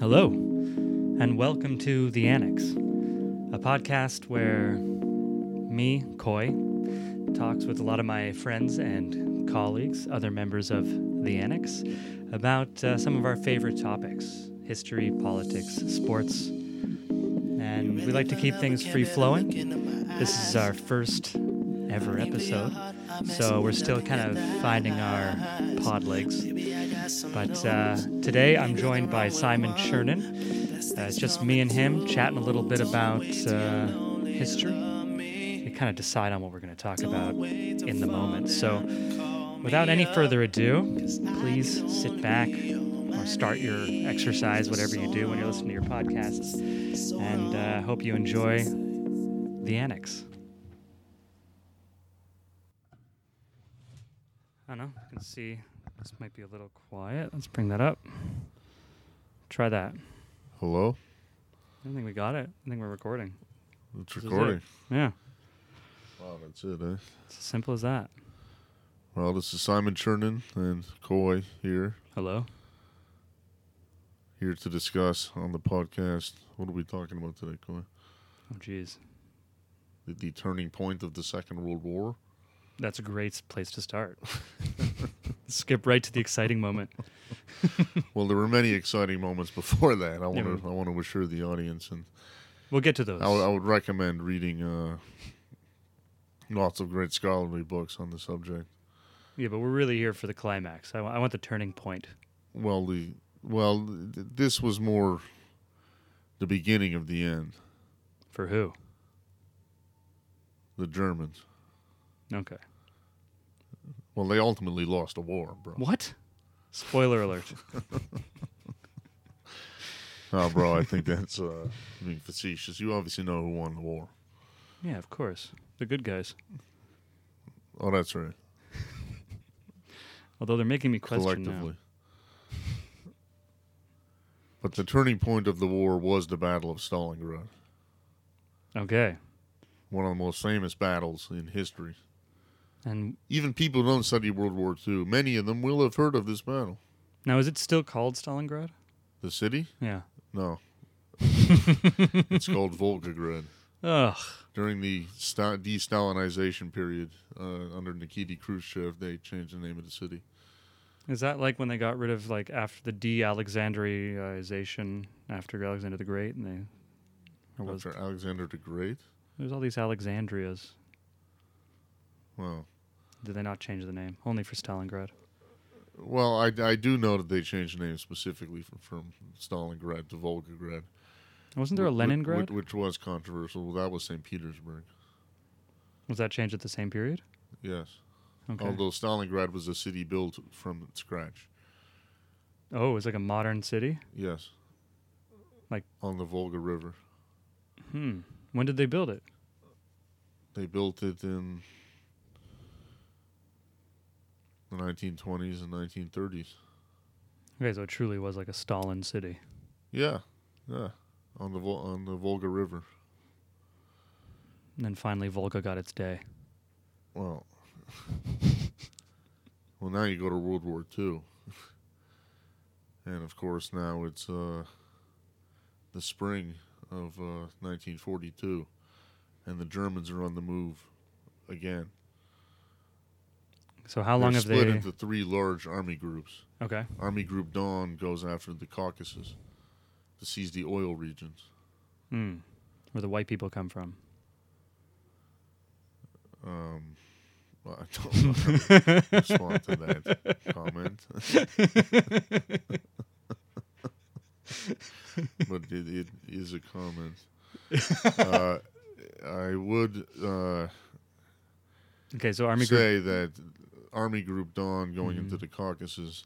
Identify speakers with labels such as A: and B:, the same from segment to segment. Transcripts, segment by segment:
A: Hello, and welcome to The Annex, a podcast where me, Coy, talks with a lot of my friends and colleagues, other members of The Annex, about uh, some of our favorite topics history, politics, sports. And we like to keep things free flowing. This is our first ever episode, so we're still kind of finding our pod legs. But uh, today I'm joined by Simon Chernin. Uh, it's just me and him chatting a little bit about uh, history. We kind of decide on what we're going to talk about in the moment. So, without any further ado, please sit back or start your exercise, whatever you do when you're listening to your podcasts. And uh, hope you enjoy the annex. I don't know. You can see this might be a little quiet. Let's bring that up. Try that.
B: Hello?
A: I think we got it. I think we're recording.
B: It's
A: is it.
B: recording.
A: Yeah,
B: Wow, that's it, eh?
A: it's as simple as that.
B: Well, this is Simon Chernin and Coy here,
A: Hello.
B: here to discuss on the podcast. What are we talking about today, Coy?
A: Oh, geez,
B: The, the turning point of the Second World War?
A: that's a great s- place to start. Skip right to the exciting moment.
B: well, there were many exciting moments before that. I want to
A: Yeah.
B: I want to assure the audience, and
A: We'll get to those.
B: I would- I would recommend reading uh, lots of great scholarly books on the subject.
A: yeah, but we're really here for the climax. I wa- I want the turning point.
B: Well, the well, th- th- this was more the beginning of the end.
A: For who?
B: The Germans.
A: Okay.
B: Well, they ultimately lost a war, bro.
A: What? Spoiler alert.
B: Oh, bro, I think that's uh, being facetious. You obviously know who won the war.
A: yeah, of course. The good guys.
B: Oh, that's right.
A: Although they're making me question now.
B: Collectively. But the turning point of the war was the Battle of Stalingrad,
A: Okay.
B: one of the most famous battles in history.
A: And
B: Even people who don't study World War II, many of them will have heard of this battle.
A: now is it still called Stalingrad?
B: The city?
A: Yeah.
B: No. it's called Volgograd.
A: Ugh.
B: During the sta- de-Stalinization period uh, under Nikita Khrushchev, they changed the name of the city.
A: Is that like when they got rid of like after the de-Alexandrianization after Alexander the Great and they or was
B: After Alexander the Great?
A: there's all these Alexandrias.
B: Wow.
A: Did they not change the name? Only for Stalingrad.
B: Well, I, I do know that they changed the name specifically from, from Stalingrad to Volgograd.
A: Wasn't there a
B: Wh- wh-
A: Leningrad?
B: Which, which was controversial. Well, that was St. Petersburg.
A: Was that changed at the same period?
B: Yes.
A: Okay.
B: Although Stalingrad was a city built from scratch.
A: oh, it was like a modern city.
B: Yes.
A: Like-
B: on the Volga River.
A: Hmm. When did they build it?
B: They built it in the 1920s and 1930s.
A: Okay, so it truly was like a Stalin city.
B: Yeah. Yeah. On the Vol- on the Volga River.
A: And then finally Volga got its day.
B: Well, well, now you go to World War II, and of course now it's uh, the spring of uh, 1942, and the Germans are on the move again.
A: So how long
B: They're
A: have
B: split
A: they?
B: into three large army groups.
A: okay.
B: Army Group Dawn goes after the Caucasus to seize the oil regions.
A: Hmm. Where the white people come from?
B: Um, well, I don't know how to respond to that comment. but it, it is a comment. Uh, I would uh,
A: Okay, so Army Group. Mm-hmm.
B: say that Army Group Dawn going into the Caucasus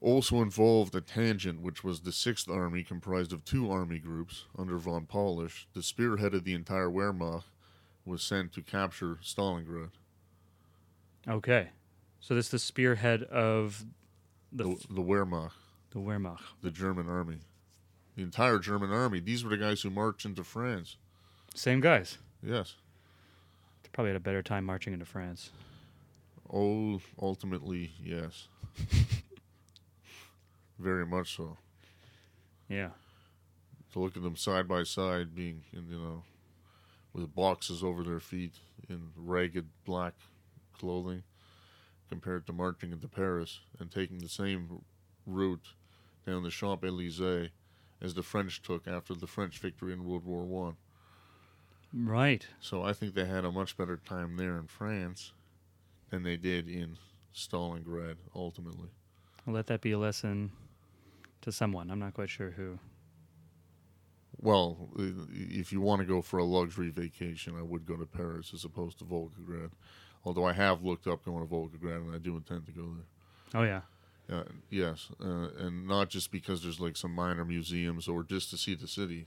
B: also involved a tangent, which was the Sixth Army, comprised of two army groups under von Polish. The spearhead of the entire Wehrmacht was sent to capture Stalingrad.
A: Okay. So this is the spearhead of the
B: the,
A: f-
B: the Wehrmacht,
A: the Wehrmacht.
B: the German army, the entire German army. These were the guys who marched into France.
A: Same guys.
B: Yes.
A: They probably had a better time marching into France.
B: Oh, ultimately, yes. Very much so.
A: Yeah.
B: to look at them side by side, being in, you know, with boxes over their feet in ragged black clothing, compared to marching into Paris and taking the same route down the Champs Elysees as the French took after the French victory in World War One.
A: Right.
B: So I think they had a much better time there in France than they did in Stalingrad. Ultimately,
A: I'll let that be a lesson to someone. I'm not quite sure who.
B: well, i- if you want to go for a luxury vacation, I would go to Paris as opposed to Volgograd. Although I have looked up going to Volgograd, and I do intend to go there.
A: Oh yeah.
B: Uh, yes, uh, and not just because there's like some minor museums or just to see the city.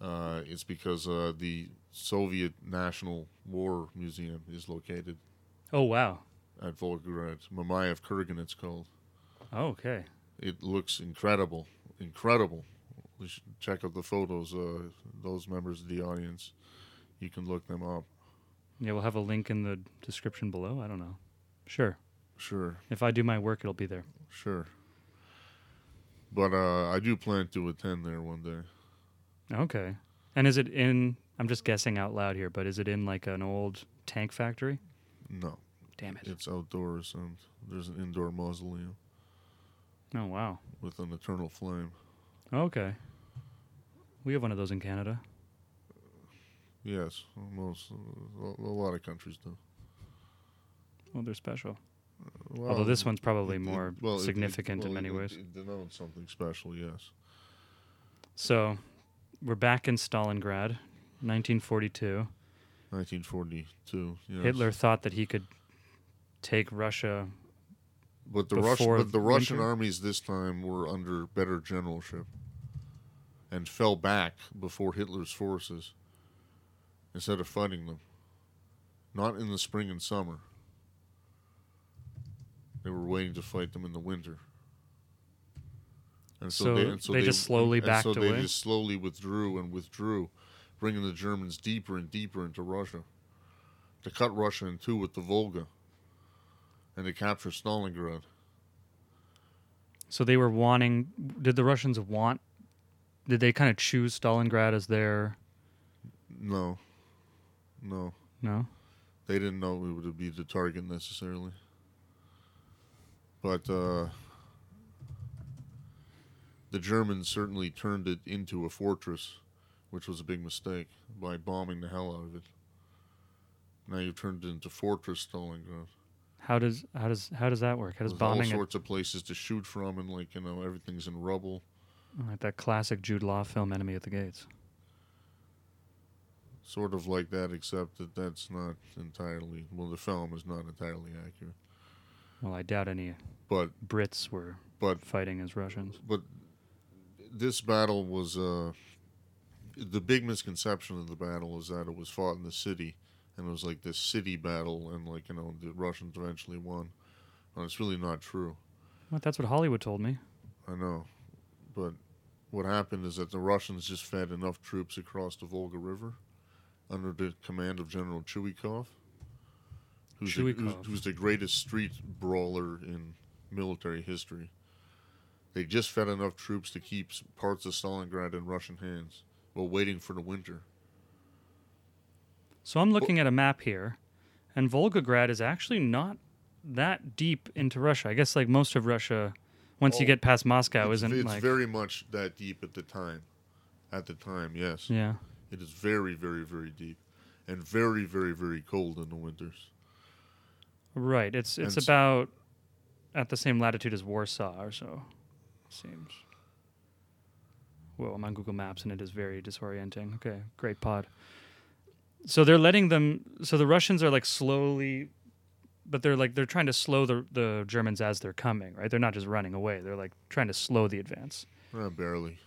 B: Uh, it's because uh, the Soviet National War Museum is located
A: Oh wow.
B: at Volgograd. Mamayev Kurgan, it's called.
A: Oh, okay.
B: It looks incredible, incredible. You should check out the photos. Uh, those members of the audience, you can look them up.
A: Yeah, we'll have a link in the description below. I don't know. Sure.
B: Sure.
A: If I do my work, it'll be there.
B: Sure. But uh, I do plan to attend there one day.
A: Okay. And is it in? I'm just guessing out loud here, but is it in like an old tank factory?
B: No,
A: Damn it.
B: it's outdoors and there's an indoor mausoleum
A: Oh wow.
B: with an eternal flame.
A: Okay. We have one of those in Canada.
B: Yes, most a a lot of countries do.
A: Well, they're special.
B: Well,
A: Although this one's
B: it-
A: probably
B: it-
A: more
B: well, it- it-
A: significant in
B: well,
A: many
B: it-
A: ways.
B: It denotes something special. Yes.
A: So, we're back in Stalingrad, 1942.
B: 1942. Yes.
A: Hitler thought that he could take Russia.
B: But the Russian,
A: before
B: but the Russian
A: winter?
B: armies this time were under better generalship, and fell back before Hitler's forces. Instead of fighting them, not in the spring and summer. They were waiting to fight them in the winter. And
A: So they just slowly
B: and So
A: backed
B: they
A: away?
B: just slowly withdrew and withdrew, bringing the Germans deeper and deeper into Russia. To cut Russia in two with the Volga, and to capture Stalingrad.
A: So they were wanting. Did the Russians want? Did they kind of choose Stalingrad as their?
B: No. No.
A: No.
B: They didn't know we would be the target necessarily. But uh, the Germans certainly turned it into a fortress, which was a big mistake, by bombing the hell out of it. Now you've turned it into Fortress Stalingrad.
A: How does how does how does that work? How does
B: With all
A: bombing it,
B: sorts of places to shoot from, and like, you know, everything's in rubble.
A: like that classic Jude Law film Enemy at the Gates?
B: Sort of like that, except that that's not entirely, well, the film is not entirely accurate.
A: Well, I doubt any
B: But,
A: Brits were
B: but
A: fighting as Russians.
B: but this battle was uh, the big misconception of the battle is that it was fought in the city and it was like this city battle and like you know the russians eventually won and it's really not true
A: Well, that's what Hollywood told me.
B: i know but what happened is that the russians just fed enough troops across the volga river under the command of general chuikov who's, the, who's,
A: Chuikov.
B: who's the greatest street brawler in military history they just fed enough troops to keep s- parts of Stalingrad in Russian hands while waiting for the winter.
A: So I'm looking at a map here, and Volgograd is actually not that deep into Russia. I guess like most of Russia, once you
B: Oh,
A: get past Moscow,
B: it's
A: isn't
B: it's
A: like
B: very much that deep at the time. At the time, yes.
A: yeah.
B: It is very, very, very deep. And very, very, very cold in the winters.
A: Right. It's it's
B: And s-
A: about at the same latitude as Warsaw or so. Seems. Whoa, I'm on Google Maps and it is very disorienting. Okay, great pod. So they're letting them so the Russians are like slowly but they're like they're trying to slow the the Germans as they're coming, right? They're not just running away. They're like trying to slow the advance.
B: Uh, barely.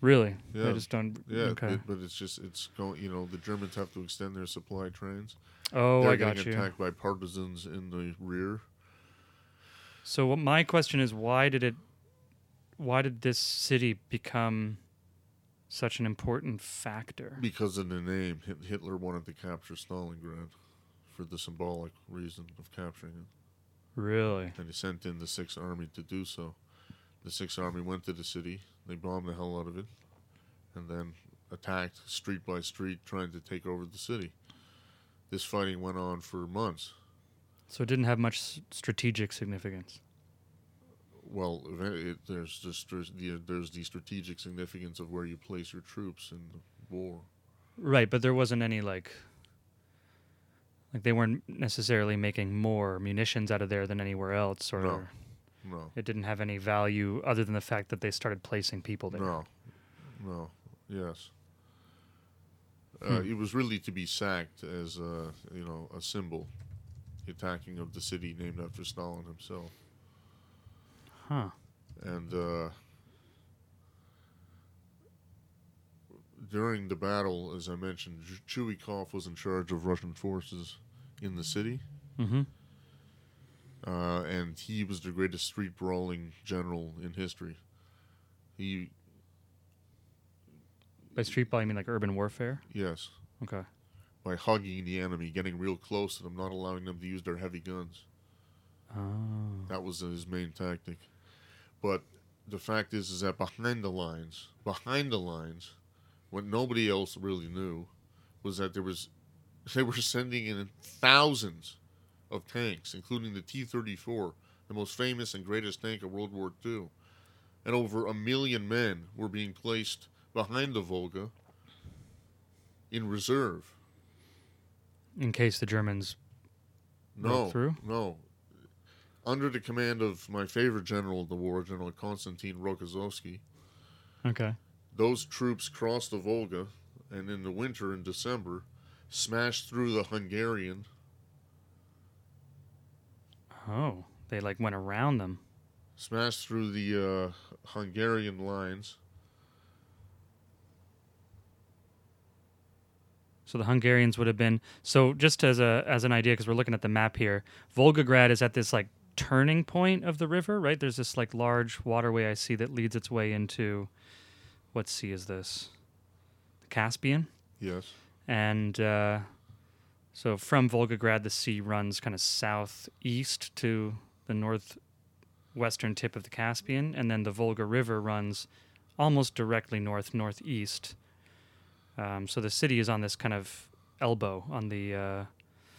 A: Really? They
B: Yeah.
A: just don't
B: Yeah,
A: okay.
B: it- but it's just, it's going, you know, the Germans have to extend their supply trains.
A: oh,
B: They're
A: I
B: getting
A: got you.
B: attacked by partisans in the rear.
A: So what my question is why did it why did this city become such an important factor?
B: Because of the name, Hit- Hitler wanted to capture Stalingrad for the symbolic reason of capturing it.
A: Really?
B: and he sent in the Sixth Army to do so. The Sixth Army went to the city. They bombed the hell out of it, and then attacked street by street, trying to take over the city. This fighting went on for months.
A: So it didn't have much s- strategic significance.
B: Well, if any- it, there's just there's the, there's the strategic significance of where you place your troops in the war.
A: Right, but there wasn't any like like they weren't necessarily making more munitions out of there than anywhere else or
B: No. No,
A: it didn't have any value other than the fact that they started placing people there.
B: no, no. Yes, uh, it was really to be sacked as a you know a symbol, the attacking of the city named after Stalin himself.
A: Huh.
B: and uh, during the battle, as I mentioned, Ch- Chuikov was in charge of Russian forces in the city,
A: Mm-hmm.
B: uh, and he was the greatest street brawling general in history. He,
A: By street ball you mean like urban warfare?
B: yes,
A: Okay.
B: by hugging the enemy, getting real close to them, not allowing them to use their heavy guns.
A: Oh.
B: That was his main tactic. But the fact is, is that behind the lines, behind the lines, what nobody else really knew was that there was, they were sending in thousands of tanks, including the T-34, the most famous and greatest tank of World War II, and over a million men were being placed behind the Volga in reserve.
A: In case the Germans broke
B: No,
A: through?
B: no. Under the command of my favorite general of the war, General Konstantin Rokossovsky,
A: Okay.
B: those troops crossed the Volga, and in the winter in December, smashed through the Hungarian.
A: Oh. They like went around them.
B: smashed through the uh, Hungarian lines.
A: So the Hungarians would have been so just as a as an idea because we're looking at the map here. Volgograd is at this like turning point of the river, right? There's this like large waterway I see that leads its way into what sea is this? The Caspian.
B: Yes.
A: And uh, so from Volgograd, the sea runs kind of southeast to the northwestern tip of the Caspian, and then the Volga River runs almost directly north northeast. Um, so the city is on this kind of elbow on the uh,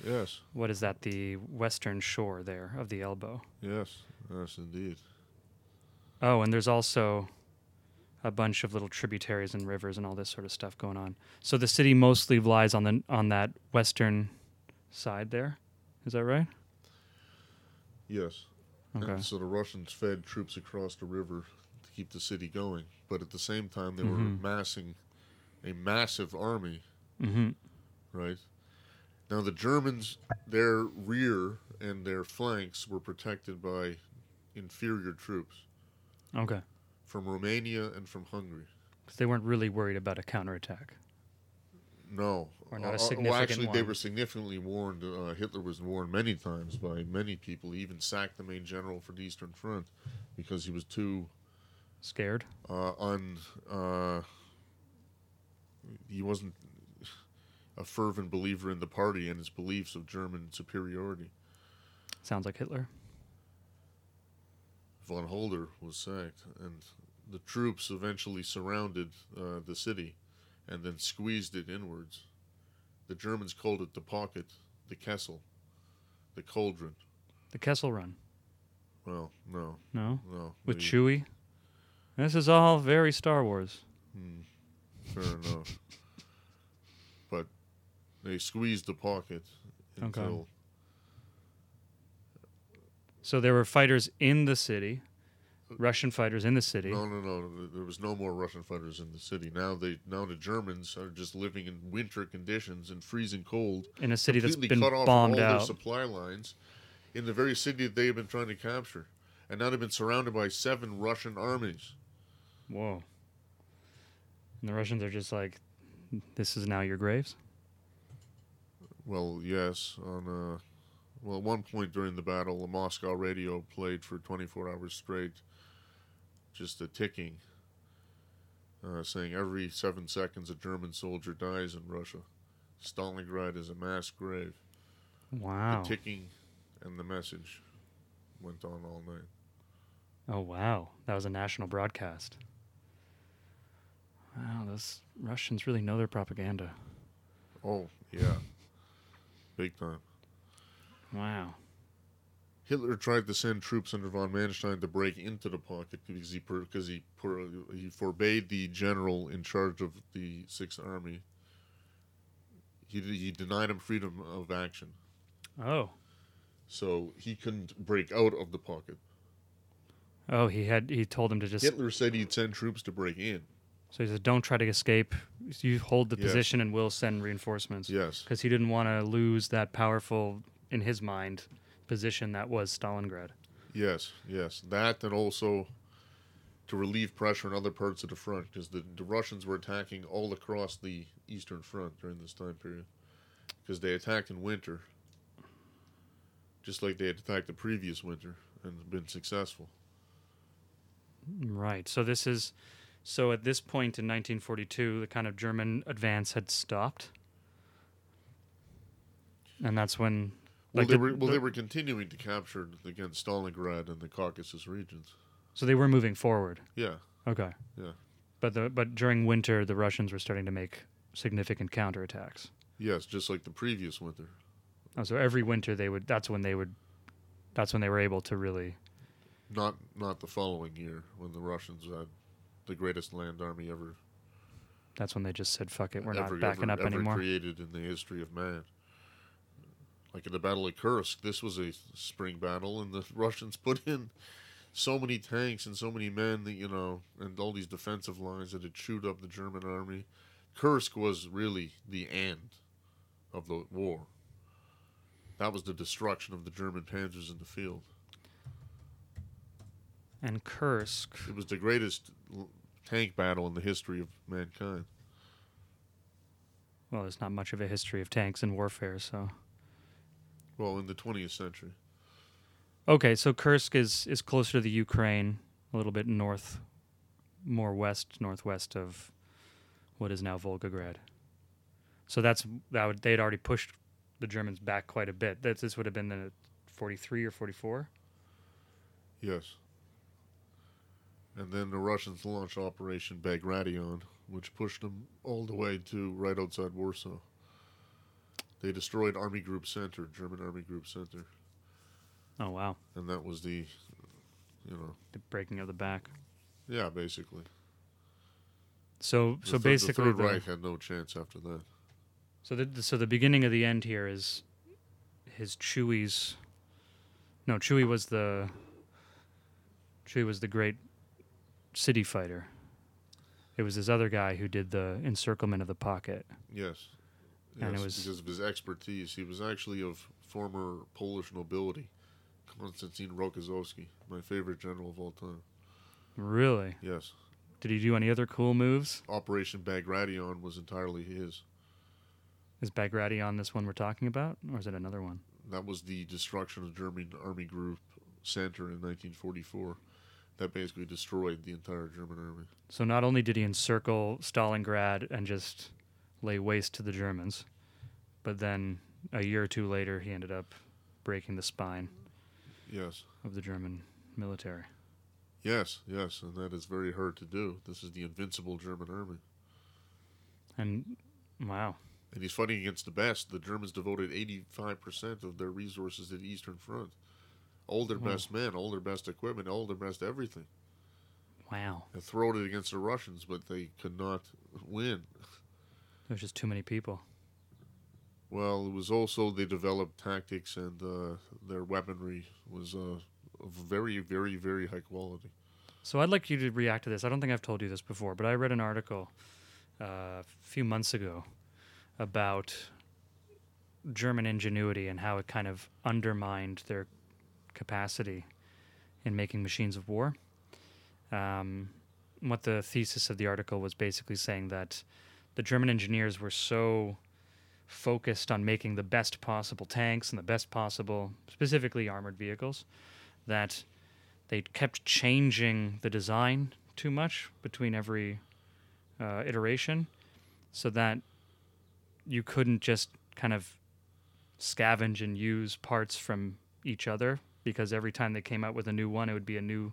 B: Yes.
A: what is that? The western shore there of the elbow.
B: Yes. Yes, indeed.
A: Oh, and there's also a bunch of little tributaries and rivers and all this sort of stuff going on. So the city mostly lies on the on that western side there. Is that right?
B: Yes.
A: Okay.
B: And so the Russians fed troops across the river to keep the city going, but at the same time they
A: Mhm.
B: were massing a massive army
A: Mm-hmm.
B: right? Now the Germans, their rear and their flanks were protected by inferior troops
A: Okay.
B: from Romania and from Hungary.
A: 'Cause they weren't really worried about a counterattack.
B: No,
A: Or not a
B: Uh, uh,
A: significant
B: well, actually, they
A: one.
B: were significantly warned. Uh, Hitler was warned many times by many people. He even sacked the main general for the Eastern Front because he was too
A: Scared.
B: uh, un. Uh, he wasn't a fervent believer in the party and his beliefs of German superiority.
A: Sounds like Hitler.
B: von Holder was sacked, and the troops eventually surrounded uh, the city and then squeezed it inwards. The Germans called it the pocket, the Kessel, the cauldron.
A: The Kessel Run.
B: Well, no,
A: No.
B: no.
A: With
B: they-
A: Chewie. This is all very Star Wars.
B: Hmm, fair enough. But they squeezed the pocket
A: Okay.
B: until.
A: So there were fighters in the city, Russian fighters in the city.
B: No, no, no. th- There was no more Russian fighters in the city. Now they, now the Germans are just living in winter conditions and freezing cold,
A: in a city that's
B: completely
A: been
B: cut off all
A: bombed
B: their
A: out.
B: supply lines in the very city that they have been trying to capture. And now they've been surrounded by seven Russian armies.
A: Whoa. And the Russians are just like, this is now your graves?
B: Well, yes, on uh well, at one point during the battle, the Moscow radio played for 24 hours straight, just a ticking, uh, saying every seven seconds a German soldier dies in Russia. Stalingrad is a mass grave.
A: Wow.
B: The ticking and the message went on all night.
A: oh, wow. That was a national broadcast. Wow, those Russians really know their propaganda.
B: Oh, yeah. Big time.
A: Wow.
B: Hitler tried to send troops under von Manstein to break into the pocket because he because he per, he forbade the general in charge of the Sixth Army. He he denied him freedom of action,
A: Oh.
B: so he couldn't break out of the pocket.
A: Oh, he had he told him to just
B: Hitler said he'd send troops to break in.
A: so he said don't try to escape. You hold the
B: Yes.
A: position and we'll send reinforcements.
B: Yes,
A: Cuz he didn't want to lose that powerful in his mind position that was Stalingrad.
B: yes, yes. That and also to relieve pressure in other parts of the front because the, the Russians were attacking all across the Eastern Front during this time period because they attacked in winter, just like they had attacked the previous winter and been successful.
A: Right. So this is so at this point in 1942 the kind of German advance had stopped. And that's when
B: Well,
A: like
B: they
A: the-
B: were well
A: the-
B: they were continuing to capture against Stalingrad and the Caucasus regions.
A: so they were moving forward.
B: Yeah,
A: Okay.
B: Yeah.
A: But the but during winter the Russians were starting to make significant counterattacks.
B: yes, just like the previous winter.
A: Oh, so every winter they would that's when they would that's when they were able to really
B: Not not the following year when the Russians had the greatest land army ever
A: that's when they just said fuck it, we're
B: ever-
A: not backing
B: ever-
A: up
B: ever
A: anymore.
B: created in the history of man. Like in the Battle of Kursk, this was a spring battle, and the Russians put in so many tanks and so many men that you know, and all these defensive lines that had chewed up the German army. Kursk was really the end of the war. That was the destruction of the German panzers in the field.
A: and Kursk
B: It was the greatest l- tank battle in the history of mankind.
A: well, there's not much of a history of tanks and warfare, so
B: Well, in the 20th century.
A: Okay, so Kursk is is closer to the Ukraine, a little bit north, more west, northwest of what is now Volgograd. So that's that would, they'd already pushed the Germans back quite a bit. That this would have been the 43 or 44.
B: Yes. And then the Russians launched Operation Bagration, which pushed them all the way to right outside Warsaw. They destroyed Army Group Center, German Army Group Center,
A: Oh wow,
B: and that was the, you know,
A: the breaking of the back.
B: yeah, basically.
A: So
B: The
A: so
B: thir-
A: basically
B: the Third
A: the-
B: Reich had no chance after that.
A: So the so the beginning of the end here is his Chewie's. No, Chewie was the Chewie was the great city fighter. It was this other guy who did the encirclement of the pocket.
B: Yes.
A: And it
B: Yes,
A: was-
B: because of his expertise. He was actually of former Polish nobility, Konstantin Rokossovsky, my favorite general of all time.
A: Really?
B: Yes.
A: Did he do any other cool moves?
B: Operation Bagration was entirely his.
A: Is Bagrati on this one we're talking about, or is it another one?
B: That was the destruction of German Army Group Center in 1944. That basically destroyed the entire German army.
A: So not only did he encircle Stalingrad and just lay waste to the Germans, but then a year or two later he ended up breaking the spine
B: Yes,
A: of the German military.
B: yes, yes, and that is very hard to do. This is the invincible German army.
A: And wow,
B: And he's fighting against the best. The Germans devoted 85% of their resources to the Eastern Front. All their
A: Wow.
B: best men, all their best equipment, all their best everything.
A: wow,
B: And throwed it against the Russians, but they could not win.
A: there's just too many people.
B: Well, it was also they developed tactics and uh, their weaponry was uh, of very, very, very high quality.
A: So I'd like you to react to this. I don't think I've told you this before, but I read an article uh, a few months ago about German ingenuity and how it kind of undermined their capacity in making machines of war. Um, what the thesis of the article was basically saying that the German engineers were so focused on making the best possible tanks and the best possible, specifically armored vehicles, that they kept changing the design too much between every uh, iteration so that you couldn't just kind of scavenge and use parts from each other because every time they came out with a new one it would be a new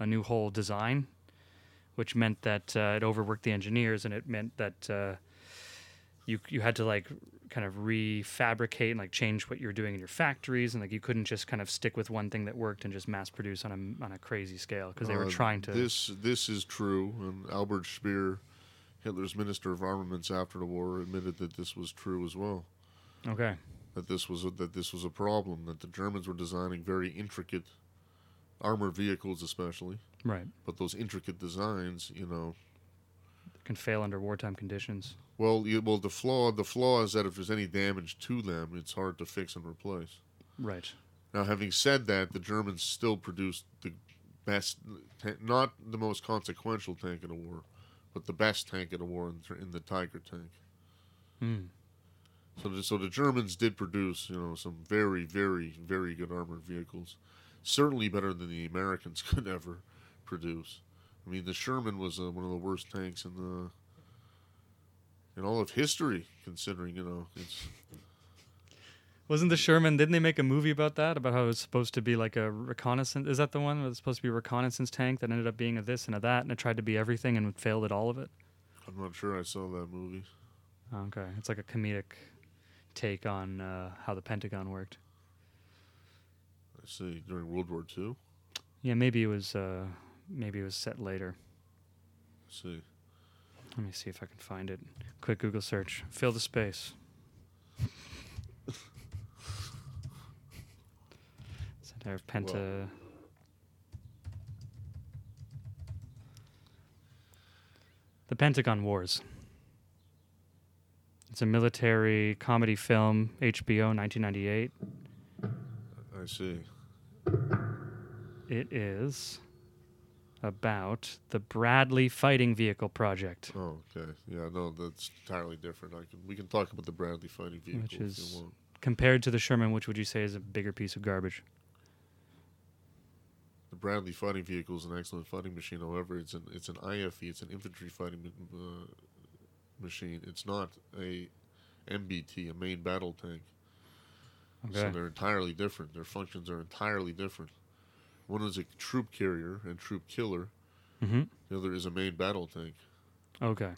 A: a new whole design which meant that uh, it overworked the engineers, and it meant that uh, you you had to like kind of refabricate and like change what you were doing in your factories, and like you couldn't just kind of stick with one thing that worked and just mass produce on a on a crazy scale because they were
B: Uh,
A: trying to.
B: This this is true, and Albert Speer, Hitler's minister of armaments after the war, admitted that this was true as well.
A: okay.
B: That this was a, that this was a problem. That the Germans were designing very intricate armor vehicles, especially,
A: Right.
B: but those intricate designs, you know.
A: Can fail under wartime conditions.
B: Well, you, well, the flaw the flaw is that if there's any damage to them, it's hard to fix and replace.
A: Right.
B: Now, having said that, the Germans still produced the best, ta- not the most consequential tank of the war, but the best tank of the war in, ter- in the Tiger tank.
A: Hmm.
B: So, the, so the Germans did produce, you know, some very, very, very good armored vehicles, certainly better than the Americans could ever produce. I mean, the Sherman was uh, one of the worst tanks in the in all of history, considering you know it's
A: Wasn't the Sherman? Didn't they make a movie about that? About how it was supposed to be like a reconnaissance? Is that the one? It was supposed to be a reconnaissance tank that ended up being a this and a that, and it tried to be everything and failed at all of it.
B: I'm not sure I saw that movie.
A: Okay, it's like a comedic take on uh, how the Pentagon worked.
B: I see during World War Two.
A: Yeah, maybe it was. Uh, maybe it was set later.
B: I see.
A: Let me see if I can find it. Quick Google search. Fill the space. Center of Penta. The Pentagon Wars. It's a military comedy film, HBO, 1998.
B: I see.
A: It is about the Bradley Fighting Vehicle Project.
B: Oh, okay. Yeah, no, that's entirely different. I can we can talk about the Bradley fighting vehicle
A: Which
B: if
A: is-
B: you want.
A: Compared to the Sherman, which would you say is a bigger piece of garbage?
B: The Bradley fighting vehicle is an excellent fighting machine. However, it's an it's an IFE. It's an infantry fighting ma- uh, machine. It's not a MBT, a main battle tank. So they're entirely different. Their functions are entirely different. One is a troop carrier and troop killer.
A: Mm-hmm.
B: The other is a main battle tank.
A: Okay.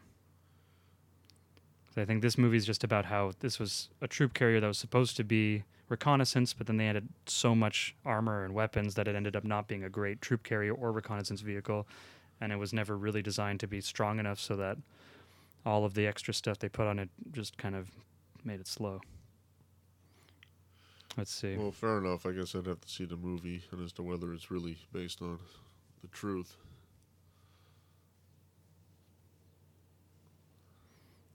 A: So I think this movie is just about how this was a troop carrier that was supposed to be reconnaissance, but then they added so much armor and weapons that it ended up not being a great troop carrier or reconnaissance vehicle, and it was never really designed to be strong enough so that all of the extra stuff they put on it just kind of made it slow. Let's see.
B: Well, fair enough. I guess I'd have to see the movie and as to whether it's really based on the truth.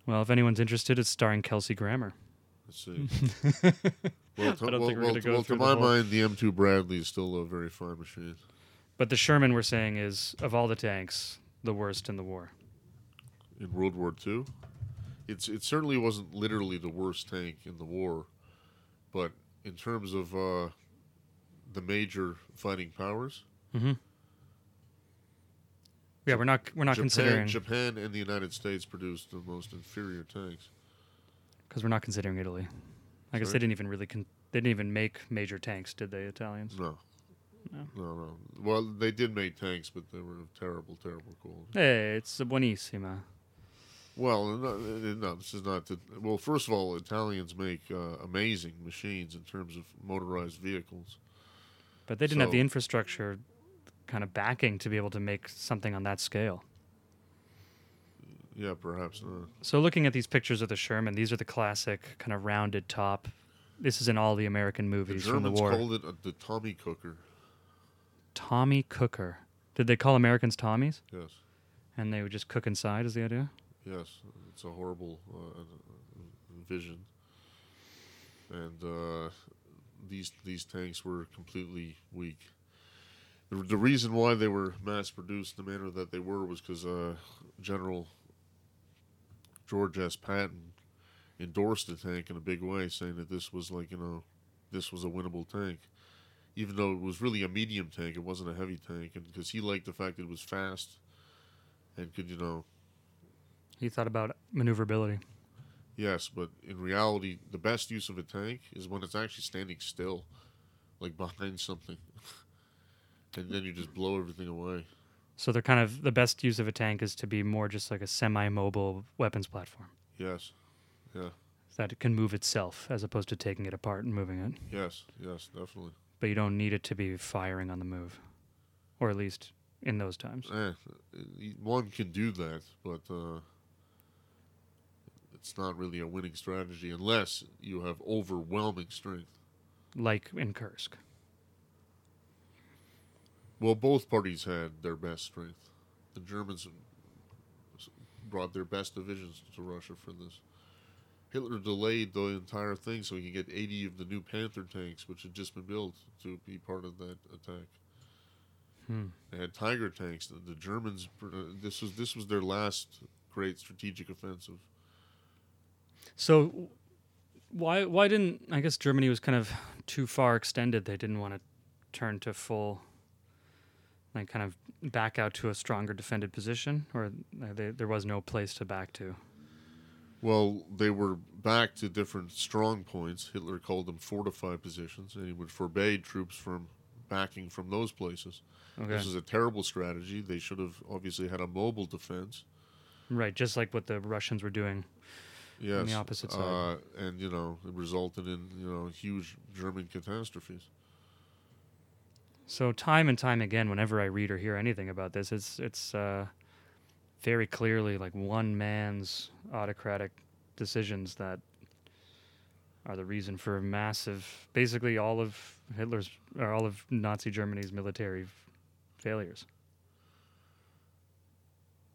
A: Well, if anyone's interested, it's starring Kelsey Grammer.
B: Let's see.
A: I
B: well, to,
A: don't
B: well,
A: think we're
B: well,
A: gonna go
B: well, to
A: through the
B: my
A: whole-
B: mind, the M2 Bradley is still a very fine machine.
A: But the Sherman we're saying is of all the tanks, the worst in the war.
B: In World War II, it's it certainly wasn't literally the worst tank in the war, but in terms of uh, the major fighting powers,
A: Mm-hmm. Yeah, we're not we're not
B: Japan,
A: considering
B: Japan and the United States produced the most inferior tanks.
A: because we're not considering Italy. I guess
B: Sorry?
A: they didn't even really con- they didn't even make major tanks, did they? Italians?
B: No.
A: No.
B: no, no. Well, they did make tanks, but they were of terrible, terrible quality.
A: Hey, Eh, it's a buonissima.
B: Well, no, no, this is not. The, well, first of all, Italians make uh, amazing machines in terms of motorized vehicles.
A: But they didn't have the
B: So-
A: infrastructure, kind of backing to be able to make something on that scale.
B: Yeah, perhaps not.
A: So looking at these pictures of the Sherman, these are the classic kind of rounded top. This is in all the American
B: The
A: movies from the
B: Germans
A: war.
B: called it a, the Tommy cooker.
A: Tommy Cooker. Did they call Americans Tommies?
B: Yes,
A: And they would just cook inside, is the idea?
B: yes, it's a horrible uh, vision. And uh, these these tanks were completely weak. The, the reason why they were mass produced in the manner that they were was because uh, General George S. Patton endorsed the tank in a big way, saying that this was like you know, this was a winnable tank, even though it was really a medium tank. It wasn't a heavy tank, and because he liked the fact that it was fast and could you know,
A: He thought about maneuverability.
B: yes, but in reality, the best use of a tank is when it's actually standing still, like behind something, and then you just blow everything away.
A: So they're kind of the best use of a tank is to be more just like a semi-mobile weapons platform
B: Yes. Yeah.
A: that can move itself as opposed to taking it apart and moving it.
B: Yes. Yes. Definitely.
A: But you don't need it to be firing on the move, or at least in those times.
B: Eh, y- one can do that, but uh, it's not really a winning strategy unless you have overwhelming strength.
A: Like in Kursk,
B: Well, both parties had their best strength. The Germans s- brought their best divisions to Russia for this. Hitler delayed the entire thing so he could get 80 of the new Panther tanks, which had just been built to be part of that attack.
A: Hmm.
B: They had Tiger tanks. The, the Germans. pr- uh, This was this was their last great strategic offensive.
A: So w- why why didn't I guess Germany was kind of too far extended. They didn't want to turn to full like kind of back out to a stronger defended position or they, there was no place to back to.
B: Well, they were back to different strong points. Hitler called them fortified positions, and he would forbade troops from backing from those places.
A: Okay.
B: This is a terrible strategy. They should have obviously had a mobile defense.
A: right, just like what the Russians were doing.
B: Yes,
A: opposite side.
B: Uh, and you know, it resulted in you know huge German catastrophes.
A: So time and time again whenever I read or hear anything about this it's it's uh, very clearly like one man's autocratic decisions that are the reason for massive basically all of Hitler's or all of Nazi Germany's military f- failures.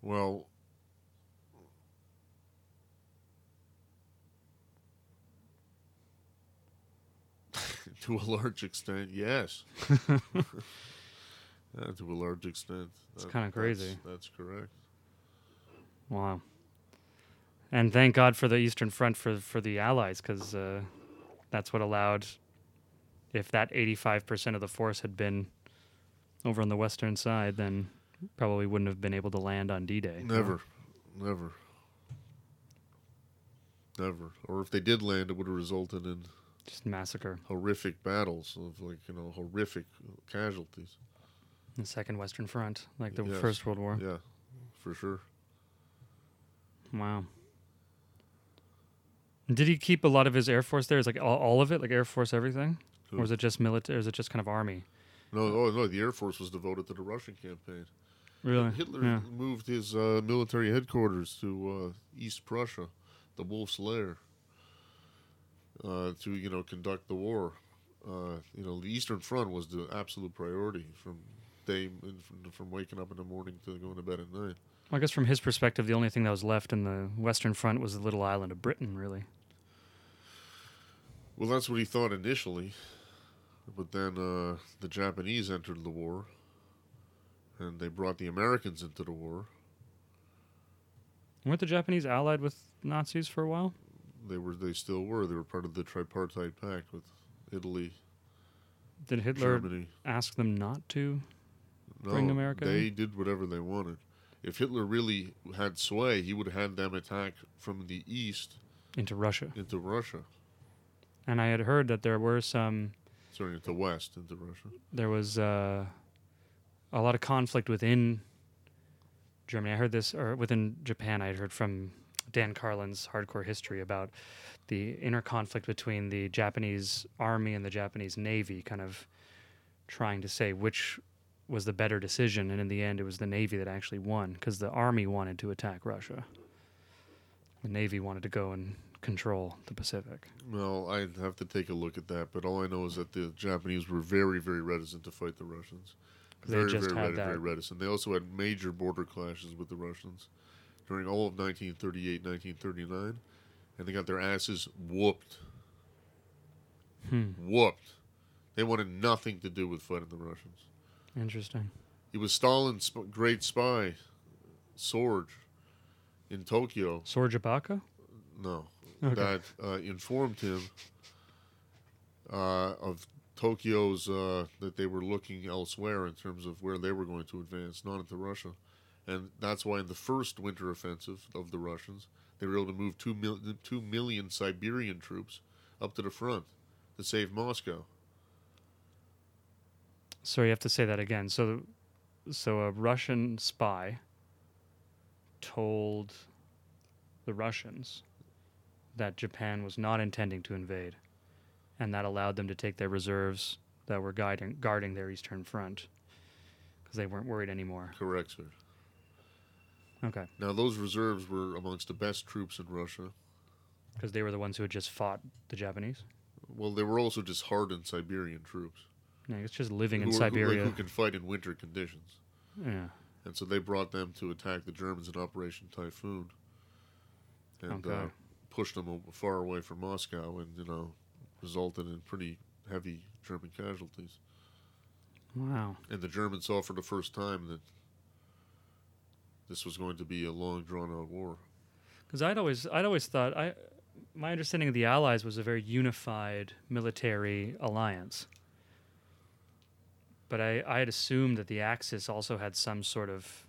B: Well, to a large extent, yes. Yeah, to a large extent,
A: It's
B: that-
A: kinda crazy.
B: That's, that's correct.
A: Wow. And thank God for the Eastern Front for for the Allies, because uh, that's what allowed. If that eighty-five percent of the force had been over on the western side, then probably wouldn't have been able to land on D-Day.
B: Never, never, never. Or if they did land, it would have resulted in
A: Just massacre.
B: horrific battles of like you know horrific casualties.
A: The Second Western Front, like the
B: Yes.
A: First World War.
B: Yeah, for sure.
A: Wow. Did he keep a lot of his air force there? Is like all, all of it, like air force, everything,
B: Who-
A: or is it just military? Or is it just kind of army?
B: No, oh no, the Air Force was devoted to the Russian campaign.
A: Really?
B: Hitler
A: Yeah.
B: moved his uh, military headquarters to uh, East Prussia, the Wolf's Lair, uh, to you know conduct the war. Uh, you know, the Eastern Front was the absolute priority from day from, from waking up in the morning to going to bed at night.
A: Well, I guess from his perspective, the only thing that was left in the Western Front was the little island of Britain, really.
B: Well, that's what he thought initially, but then uh, the Japanese entered the war, and they brought the Americans into the war.
A: Weren't the Japanese allied with Nazis for a while?
B: They were, they still were. They were part of the tripartite pact with Italy,
A: Did Hitler
B: Germany.
A: ask them not to? bring America
B: They did whatever they wanted. If Hitler really had sway, he would have had them attack from the east
A: Into Russia.
B: into Russia.
A: And I had heard that there were some,
B: Sorry, into west into Russia.
A: there was uh, a lot of conflict within Germany. I heard this, or within Japan, I had heard from Dan Carlin's Hardcore History about the inner conflict between the Japanese army and the Japanese navy, kind of trying to say which was the better decision. And in the end, it was the navy that actually won because the army wanted to attack Russia. The navy wanted to go and control the Pacific.
B: Well, I'd have to take a look at that, but all I know is that the Japanese were very, very reticent to fight the Russians.
A: They
B: very,
A: just
B: very,
A: had
B: reti-
A: that-
B: very reticent. They also had major border clashes with the Russians during all of 1938, 1939, and they got their asses whooped.
A: Hmm.
B: Whooped. They wanted nothing to do with fighting the Russians.
A: Interesting.
B: He was Stalin's sp- great spy, Sorge, in Tokyo.
A: Sorge Ibaka?
B: No,
A: Okay.
B: that uh, informed him uh, of Tokyo's uh, that they were looking elsewhere in terms of where they were going to advance, not into Russia, and that's why in the first winter offensive of the Russians, they were able to move two mil- two million Siberian troops up to the front to save Moscow.
A: So you have to say that again. So so a Russian spy told the Russians that Japan was not intending to invade, and that allowed them to take their reserves that were guiding, guarding their eastern front because they weren't worried anymore.
B: Correct, sir.
A: Okay,
B: Now, those reserves were amongst the best troops in Russia.
A: because they were the ones who had just fought the Japanese.
B: Well, they were also just hardened Siberian troops.
A: Yeah, it's just living in
B: who are- who, like,
A: Siberia.
B: who can fight in winter conditions.
A: yeah.
B: And so they brought them to attack the Germans in Operation Typhoon and uh,
A: Okay.
B: pushed them o- far away from Moscow and, you know, resulted in pretty heavy German casualties.
A: Wow.
B: And the Germans saw for the first time that this was going to be a long, drawn out war.
A: Because I'd always, I'd always thought I, my understanding of the Allies was a very unified military alliance. But I, I had assumed that the Axis also had some sort of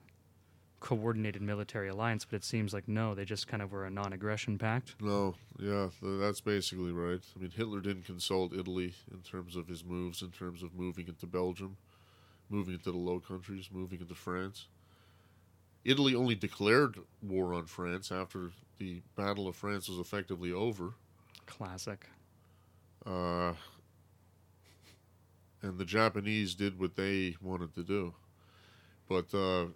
A: coordinated military alliance. But it seems like no, they just kind of were a non-aggression pact.
B: No, yeah, th- that's basically right. I mean, Hitler didn't consult Italy in terms of his moves, in terms of moving into Belgium, moving into the Low Countries, moving into France. Italy only declared war on France after the Battle of France was effectively over.
A: Classic.
B: Uh, and the Japanese did what they wanted to do. But uh,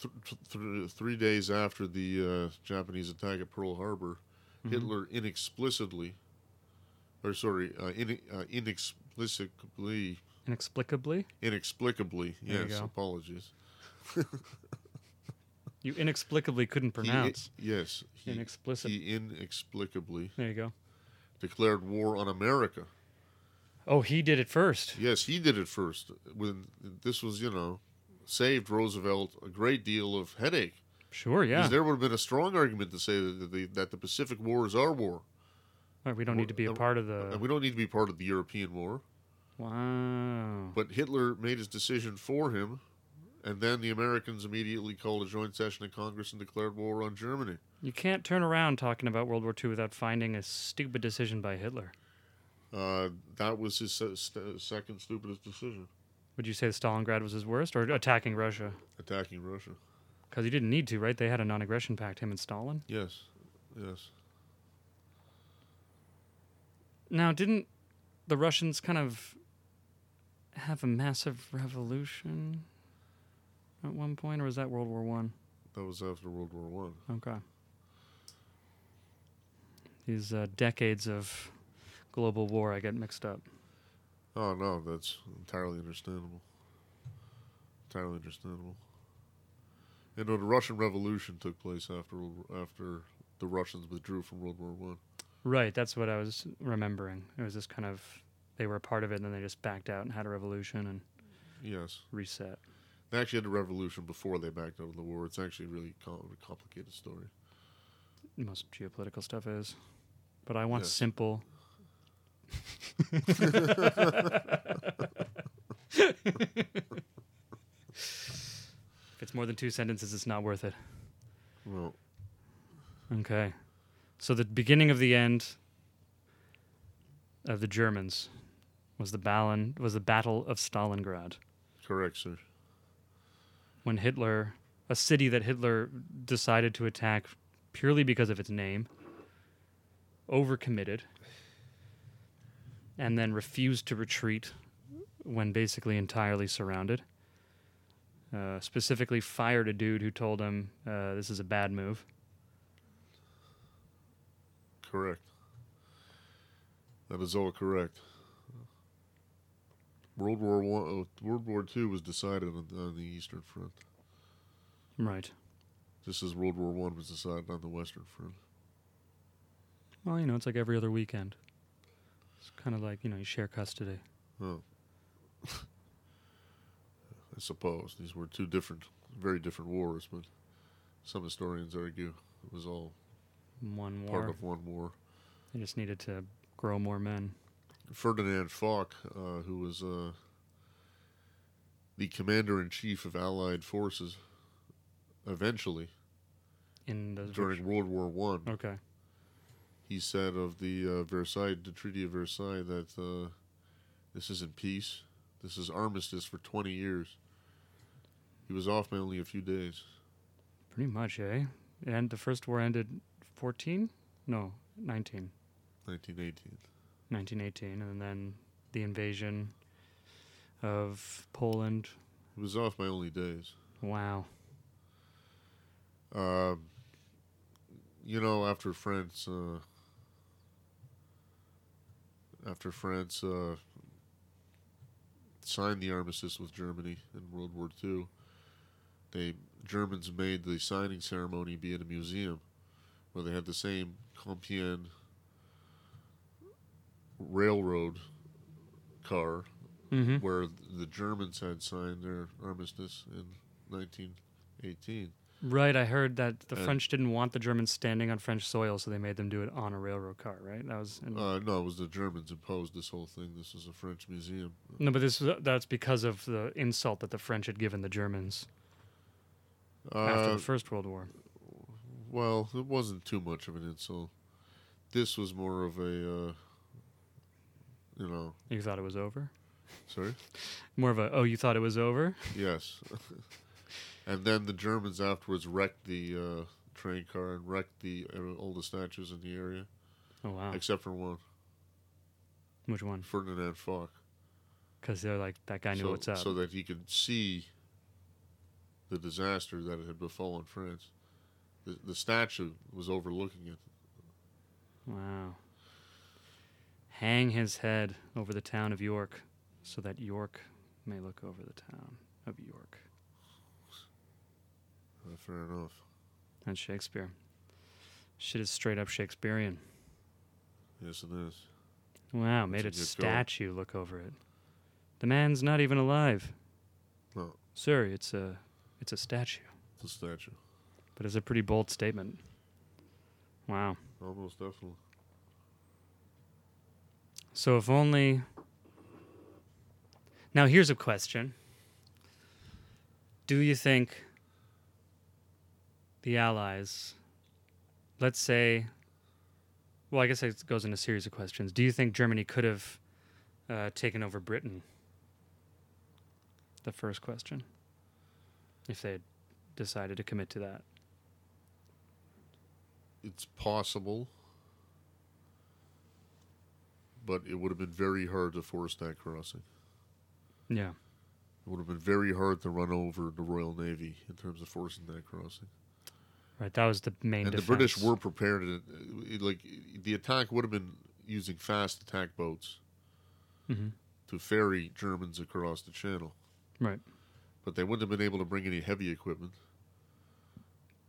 B: th- th- th- three days after the uh, Japanese attack at Pearl Harbor,
A: Mhm.
B: Hitler inexplicitly, or sorry, uh, in- uh, inexplicably,
A: Inexplicably,
B: inexplicably,
A: There you
B: yes,
A: go.
B: apologies.
A: you inexplicably couldn't
B: He i-
A: pronounce.
B: yes. He,
A: Inexplicit.
B: he inexplicably
A: there you go.
B: declared war on America.
A: Oh, he did it first.
B: Yes, he did it first. When this was, you know, saved Roosevelt a great deal of headache.
A: Sure.
B: 'Cause
A: Yeah.
B: there would have been a strong argument to say that the, that the Pacific War is our war,
A: All right, we don't
B: Well,
A: need to be a
B: uh,
A: part of
B: and
A: the.
B: we don't need to be part of the European War.
A: Wow.
B: But Hitler made his decision for him, and then the Americans immediately called a joint session of Congress and declared war on Germany.
A: You can't turn around talking about World War II without finding a stupid decision by Hitler.
B: Uh, that was his se- st- second stupidest decision,
A: Would you say Stalingrad was his worst, or attacking Russia?
B: attacking Russia.
A: Because he didn't need to, right? They had a non-aggression pact, him and Stalin.
B: Yes, yes.
A: Now, didn't the Russians kind of have a massive revolution at one point, or was that World War One?
B: That was after World War One.
A: Okay. These uh, decades of global war, I get mixed up.
B: Oh no, that's entirely understandable. Entirely understandable. You know, the Russian Revolution took place after after the Russians withdrew from World War One.
A: Right, that's what I was remembering. It was this kind of they were a part of it, and then they just backed out and had a revolution and
B: Yes,
A: reset.
B: they actually had a revolution before they backed out of the war. It's actually a really com- complicated story.
A: Most geopolitical stuff is, but I want
B: Yes.
A: simple. if it's more than two sentences, it's not worth it.
B: Well,
A: Okay, so the beginning of the end of the Germans was the Ballon, was the Battle of Stalingrad.
B: correct, sir.
A: when Hitler, a city that Hitler decided to attack purely because of its name, overcommitted, and then refused to retreat when basically entirely surrounded. Uh, specifically, fired a dude who told him uh, this is a bad move.
B: Correct. That is all correct. World War One, oh, World War Two was decided on, on the Eastern Front,
A: Right.
B: just as World War One was decided on the Western Front.
A: Well, you know, it's like every other weekend. It's kind of like, you know, you share custody.
B: Oh. I suppose these were two different, very different wars, but some historians argue it was all
A: One
B: part
A: war.
B: of one war.
A: They just needed to grow more men.
B: Ferdinand Foch, uh, who was uh, the commander in chief of Allied forces, eventually
A: In the
B: during World War One,
A: Okay.
B: he said of the uh, Versailles, the Treaty of Versailles, that uh, this isn't peace. This is armistice for 20 years. He was off by only a few days.
A: Pretty much, eh? And the first war ended 14? No, 19.
B: 1918.
A: 1918. And then the invasion of Poland.
B: He was off by only days.
A: Wow.
B: Um, you know, after France, uh, after France uh, signed the armistice with Germany in World War II, they Germans made the signing ceremony be at a museum, where they had the same Compiègne railroad car
A: Mm-hmm.
B: where the Germans had signed their armistice in 1918.
A: Right, I heard that the
B: Uh,
A: French didn't want the Germans standing on French soil, so they made them do it on a railroad car, right? That was in,
B: Uh, no, it was the Germans imposed this whole thing. This is a French museum.
A: no, but this was- that's because of the insult that the French had given the Germans after
B: Uh,
A: the First World War.
B: well, it wasn't too much of an insult. This was more of a, uh, you know,
A: You thought it was over?
B: sorry.
A: More of a oh, you thought it was over?
B: yes, and then the Germans afterwards wrecked the uh, train car and wrecked the uh, all the statues in the area
A: Oh wow,
B: except for one,
A: which one?
B: Ferdinand Foch.
A: Because they're like that guy knew
B: so,
A: what's up.
B: So that he could see the disaster that had befallen France. The, the statue was overlooking it.
A: wow. Hang his head over the town of York, so that York may look over the town of York.
B: Uh, fair enough.
A: That's Shakespeare. Shit is straight up Shakespearean.
B: Yes, it is.
A: Wow, made a
B: That's a good call.
A: statue look over it. The man's not even alive.
B: No,
A: Sir, it's a it's a statue.
B: the statue.
A: But it's a pretty bold statement. Wow.
B: Almost definitely.
A: So if only Now here's a question. Do you think the allies let's say well, I guess it goes in a series of questions. Do you think Germany could have uh, taken over Britain? The first question. If they had decided to commit to that.
B: It's possible, but it would have been very hard to force that crossing.
A: Yeah.
B: It would have been very hard to run over the Royal Navy in terms of forcing that crossing.
A: Right. That was the main
B: and the
A: defense.
B: British were prepared. and, uh, it- Like the attack would have been using fast attack boats
A: Mhm.
B: to ferry Germans across the Channel,
A: Right.
B: but they wouldn't have been able to bring any heavy equipment.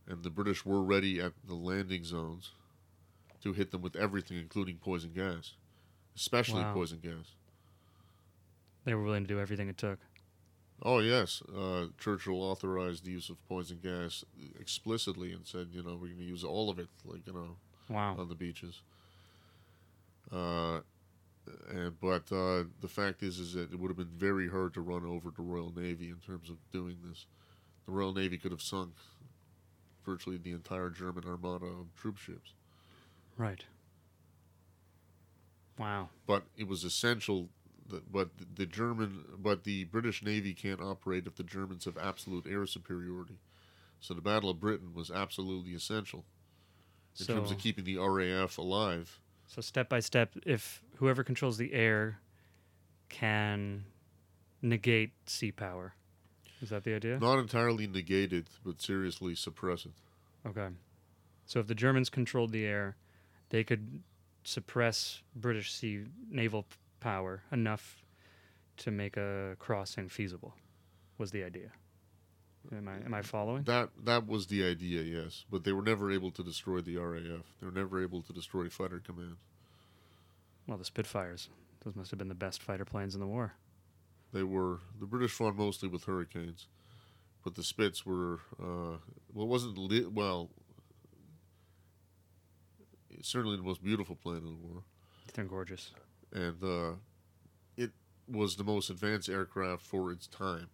B: And the British were ready at the landing zones to hit them with everything, including poison gas, especially
A: Wow.
B: poison gas.
A: They were willing to do everything it took.
B: Oh yes, uh, Churchill authorized the use of poison gas explicitly and said, you know, we're going to use all of it, like you know,
A: Wow.
B: on the beaches. Uh, and, but uh, the fact is, is that it would have been very hard to run over the Royal Navy in terms of doing this. The Royal Navy could have sunk virtually the entire German armada of troop ships.
A: Right. Wow.
B: But it was essential. That, but the German, but the British Navy can't operate if the Germans have absolute air superiority. So the Battle of Britain was absolutely essential in
A: So,
B: terms of keeping the RAF alive.
A: so step by step, if whoever controls the air can negate sea power. Is that the idea?
B: Not entirely negate it, but seriously suppress it.
A: Okay. So if the Germans controlled the air, they could suppress British sea naval p- power enough to make a crossing feasible. Was the idea? Am I am I following?
B: That that was the idea, yes. But they were never able to destroy the RAF. They were never able to destroy Fighter Command.
A: Well, the Spitfires. Those must have been the best fighter planes in the war.
B: They were the British fought mostly with Hurricanes, but the Spits were uh, well, it wasn't li- well. it's Certainly, the most beautiful plane in the war,
A: They're gorgeous.
B: and uh, it was the most advanced aircraft for its time.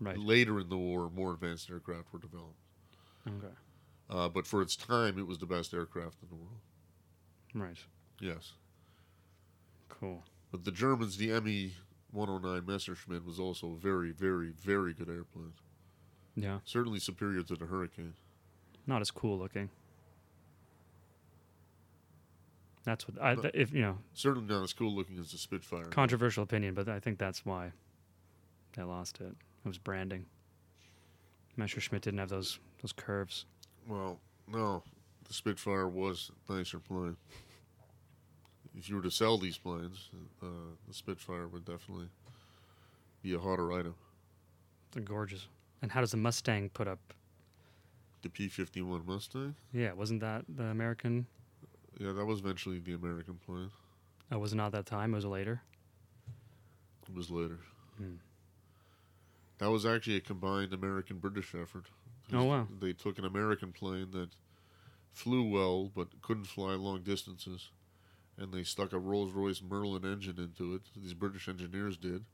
A: Right.
B: Later in the war, more advanced aircraft were developed,
A: Okay.
B: uh, but for its time, it was the best aircraft in the world.
A: Right.
B: Yes.
A: Cool.
B: But the E oh Germans, the ME 109 Messerschmitt was also a very, very, very good airplane.
A: Yeah.
B: Certainly superior to the Hurricane.
A: Not as cool looking. That's what I, th- if you know,
B: Certainly not as cool looking as the Spitfire.
A: controversial opinion, but I think that's why they lost it. It was branding. Messerschmitt didn't have those those curves.
B: well, no, the Spitfire was a nicer plane. If you were to sell these planes, uh, the Spitfire would definitely be a hotter item.
A: They're gorgeous. And how does the Mustang put up?
B: The P fifty one Mustang,
A: Yeah, wasn't that the American?
B: yeah, that was eventually the American plane.
A: It Oh, was not that time. It was later.
B: It was later.
A: Hmm.
B: That was actually a combined American British effort.
A: Oh, wow.
B: They took an American plane that flew well but couldn't fly long distances, and they stuck a Rolls Royce Merlin engine into it. These British engineers did,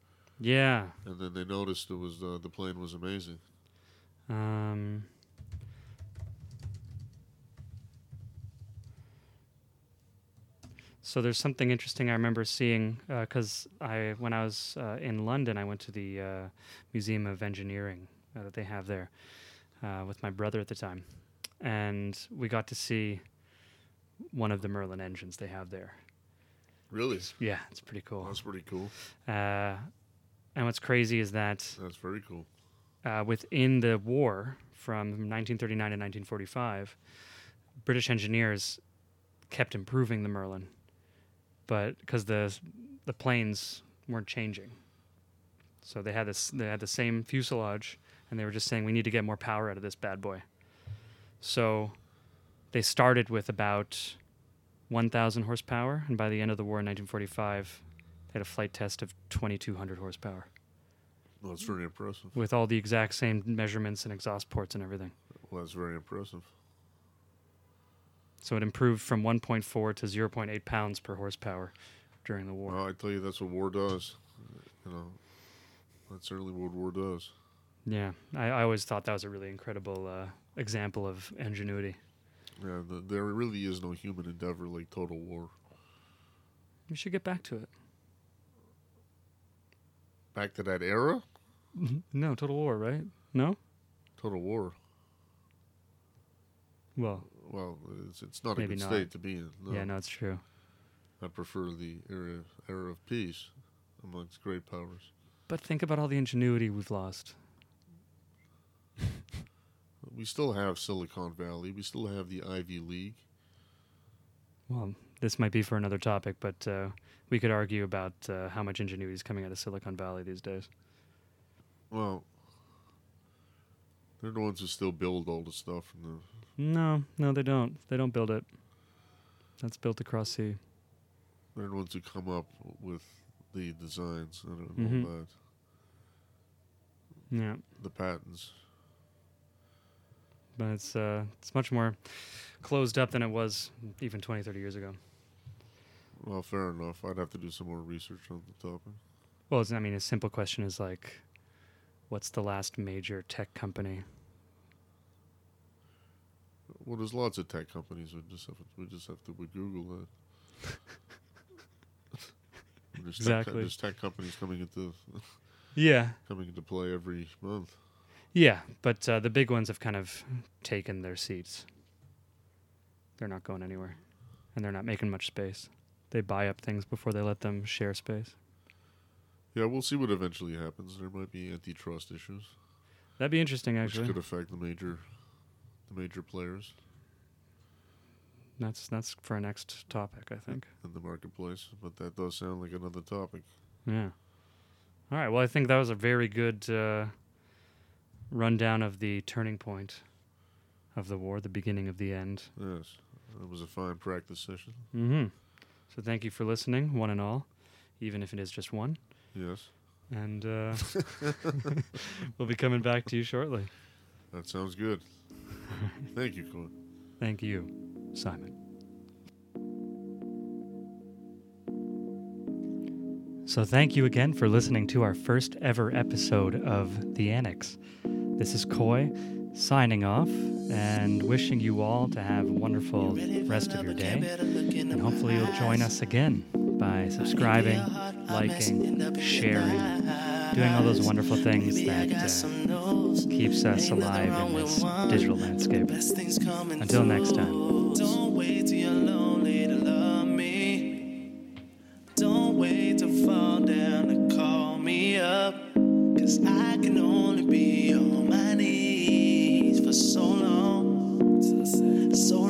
A: Yeah.
B: and then they noticed it was uh, the plane was amazing.
A: Um, so there's something interesting I remember seeing because I, when I was uh, in London, I went to the uh, Museum of Engineering uh, that they have there uh, with my brother at the time, and we got to see one of the Merlin engines they have there.
B: Really,
A: Yeah, it's pretty cool.
B: that's pretty cool.
A: Uh, and what's crazy is that
B: That's very cool.
A: uh, within the war from 1939 to 1945, British engineers kept improving the Merlin, but because the the planes weren't changing, so they had this they had the same fuselage, and they were just saying we need to get more power out of this bad boy. So they started with about 1,000 horsepower, and by the end of the war in 1945, they had a flight test of 2,200 horsepower
B: Well, that's very impressive.
A: with all the exact same measurements and exhaust ports and everything.
B: Well, that's very impressive.
A: So it improved from 1.4 to 0.8 pounds per horsepower during the war.
B: Well, I tell you, that's what war does. You know, that's certainly what war does.
A: Yeah, I, I always thought that was a really incredible uh, example of ingenuity.
B: Yeah, th there really is no human endeavor like total war.
A: We should get back to it.
B: Back to that era,
A: Mm-hmm. No, total war, right? No?
B: total war.
A: Well,
B: Well, it's, it's not
A: Maybe
B: a good
A: not.
B: state to be in. No.
A: yeah, no, it's true.
B: I prefer the era era of peace amongst great powers.
A: But think about all the ingenuity we've lost.
B: We still have Silicon Valley. We still have the Ivy League.
A: Well, this might be for another topic, but uh, we could argue about uh, how much ingenuity is coming out of Silicon Valley these days.
B: Well, they're the ones who still build all the stuff. And the,
A: No, no, they don't. They don't build it. That's built across sea.
B: they're the ones who come up with the designs and all
A: Mhm.
B: that,
A: Yeah.
B: the patents.
A: but it's uh, it's much more closed up than it was even 20, 30 years ago.
B: Well, fair enough. I'd have to do some more research on the topic.
A: Well, it's, I mean, a simple question is like, what's the last major tech company?
B: Well, there's lots of tech companies. We just have to, we just have to we Google that. There's tech co-
A: Exactly.
B: there's tech companies coming into
A: Yeah,
B: coming into play every month.
A: yeah, but uh, the big ones have kind of taken their seats. They're not going anywhere, and they're not making much space. They buy up things before they let them share space.
B: Yeah, we'll see what eventually happens. There might be antitrust issues,
A: That'd be interesting,
B: which
A: actually.
B: could affect the major, the major players
A: That's that's for our next topic, I think.
B: in the marketplace. But that does sound like another topic.
A: Yeah. All right. Well, I think that was a very good uh, rundown of the turning point of the war, the beginning of the end.
B: Yes, it was a fine practice session.
A: Mm-hmm. So thank you for listening, one and all, even if it is just one.
B: Yes,
A: And uh, we'll be coming back to you shortly.
B: that sounds good. Thank you, Cohen.
A: Thank you, Simon. So, thank you again for listening to our first ever episode of The Annex. This is Coy signing off and wishing you all to have a wonderful rest of your day. And hopefully, you'll join us again by subscribing, liking, sharing, doing all those wonderful things that uh, keeps us alive in this digital landscape. uh, Until next time.
C: Don't wait till you're lonely to love me. Don't wait to fall down to call me up. Cause I can only be on my knees for so long. So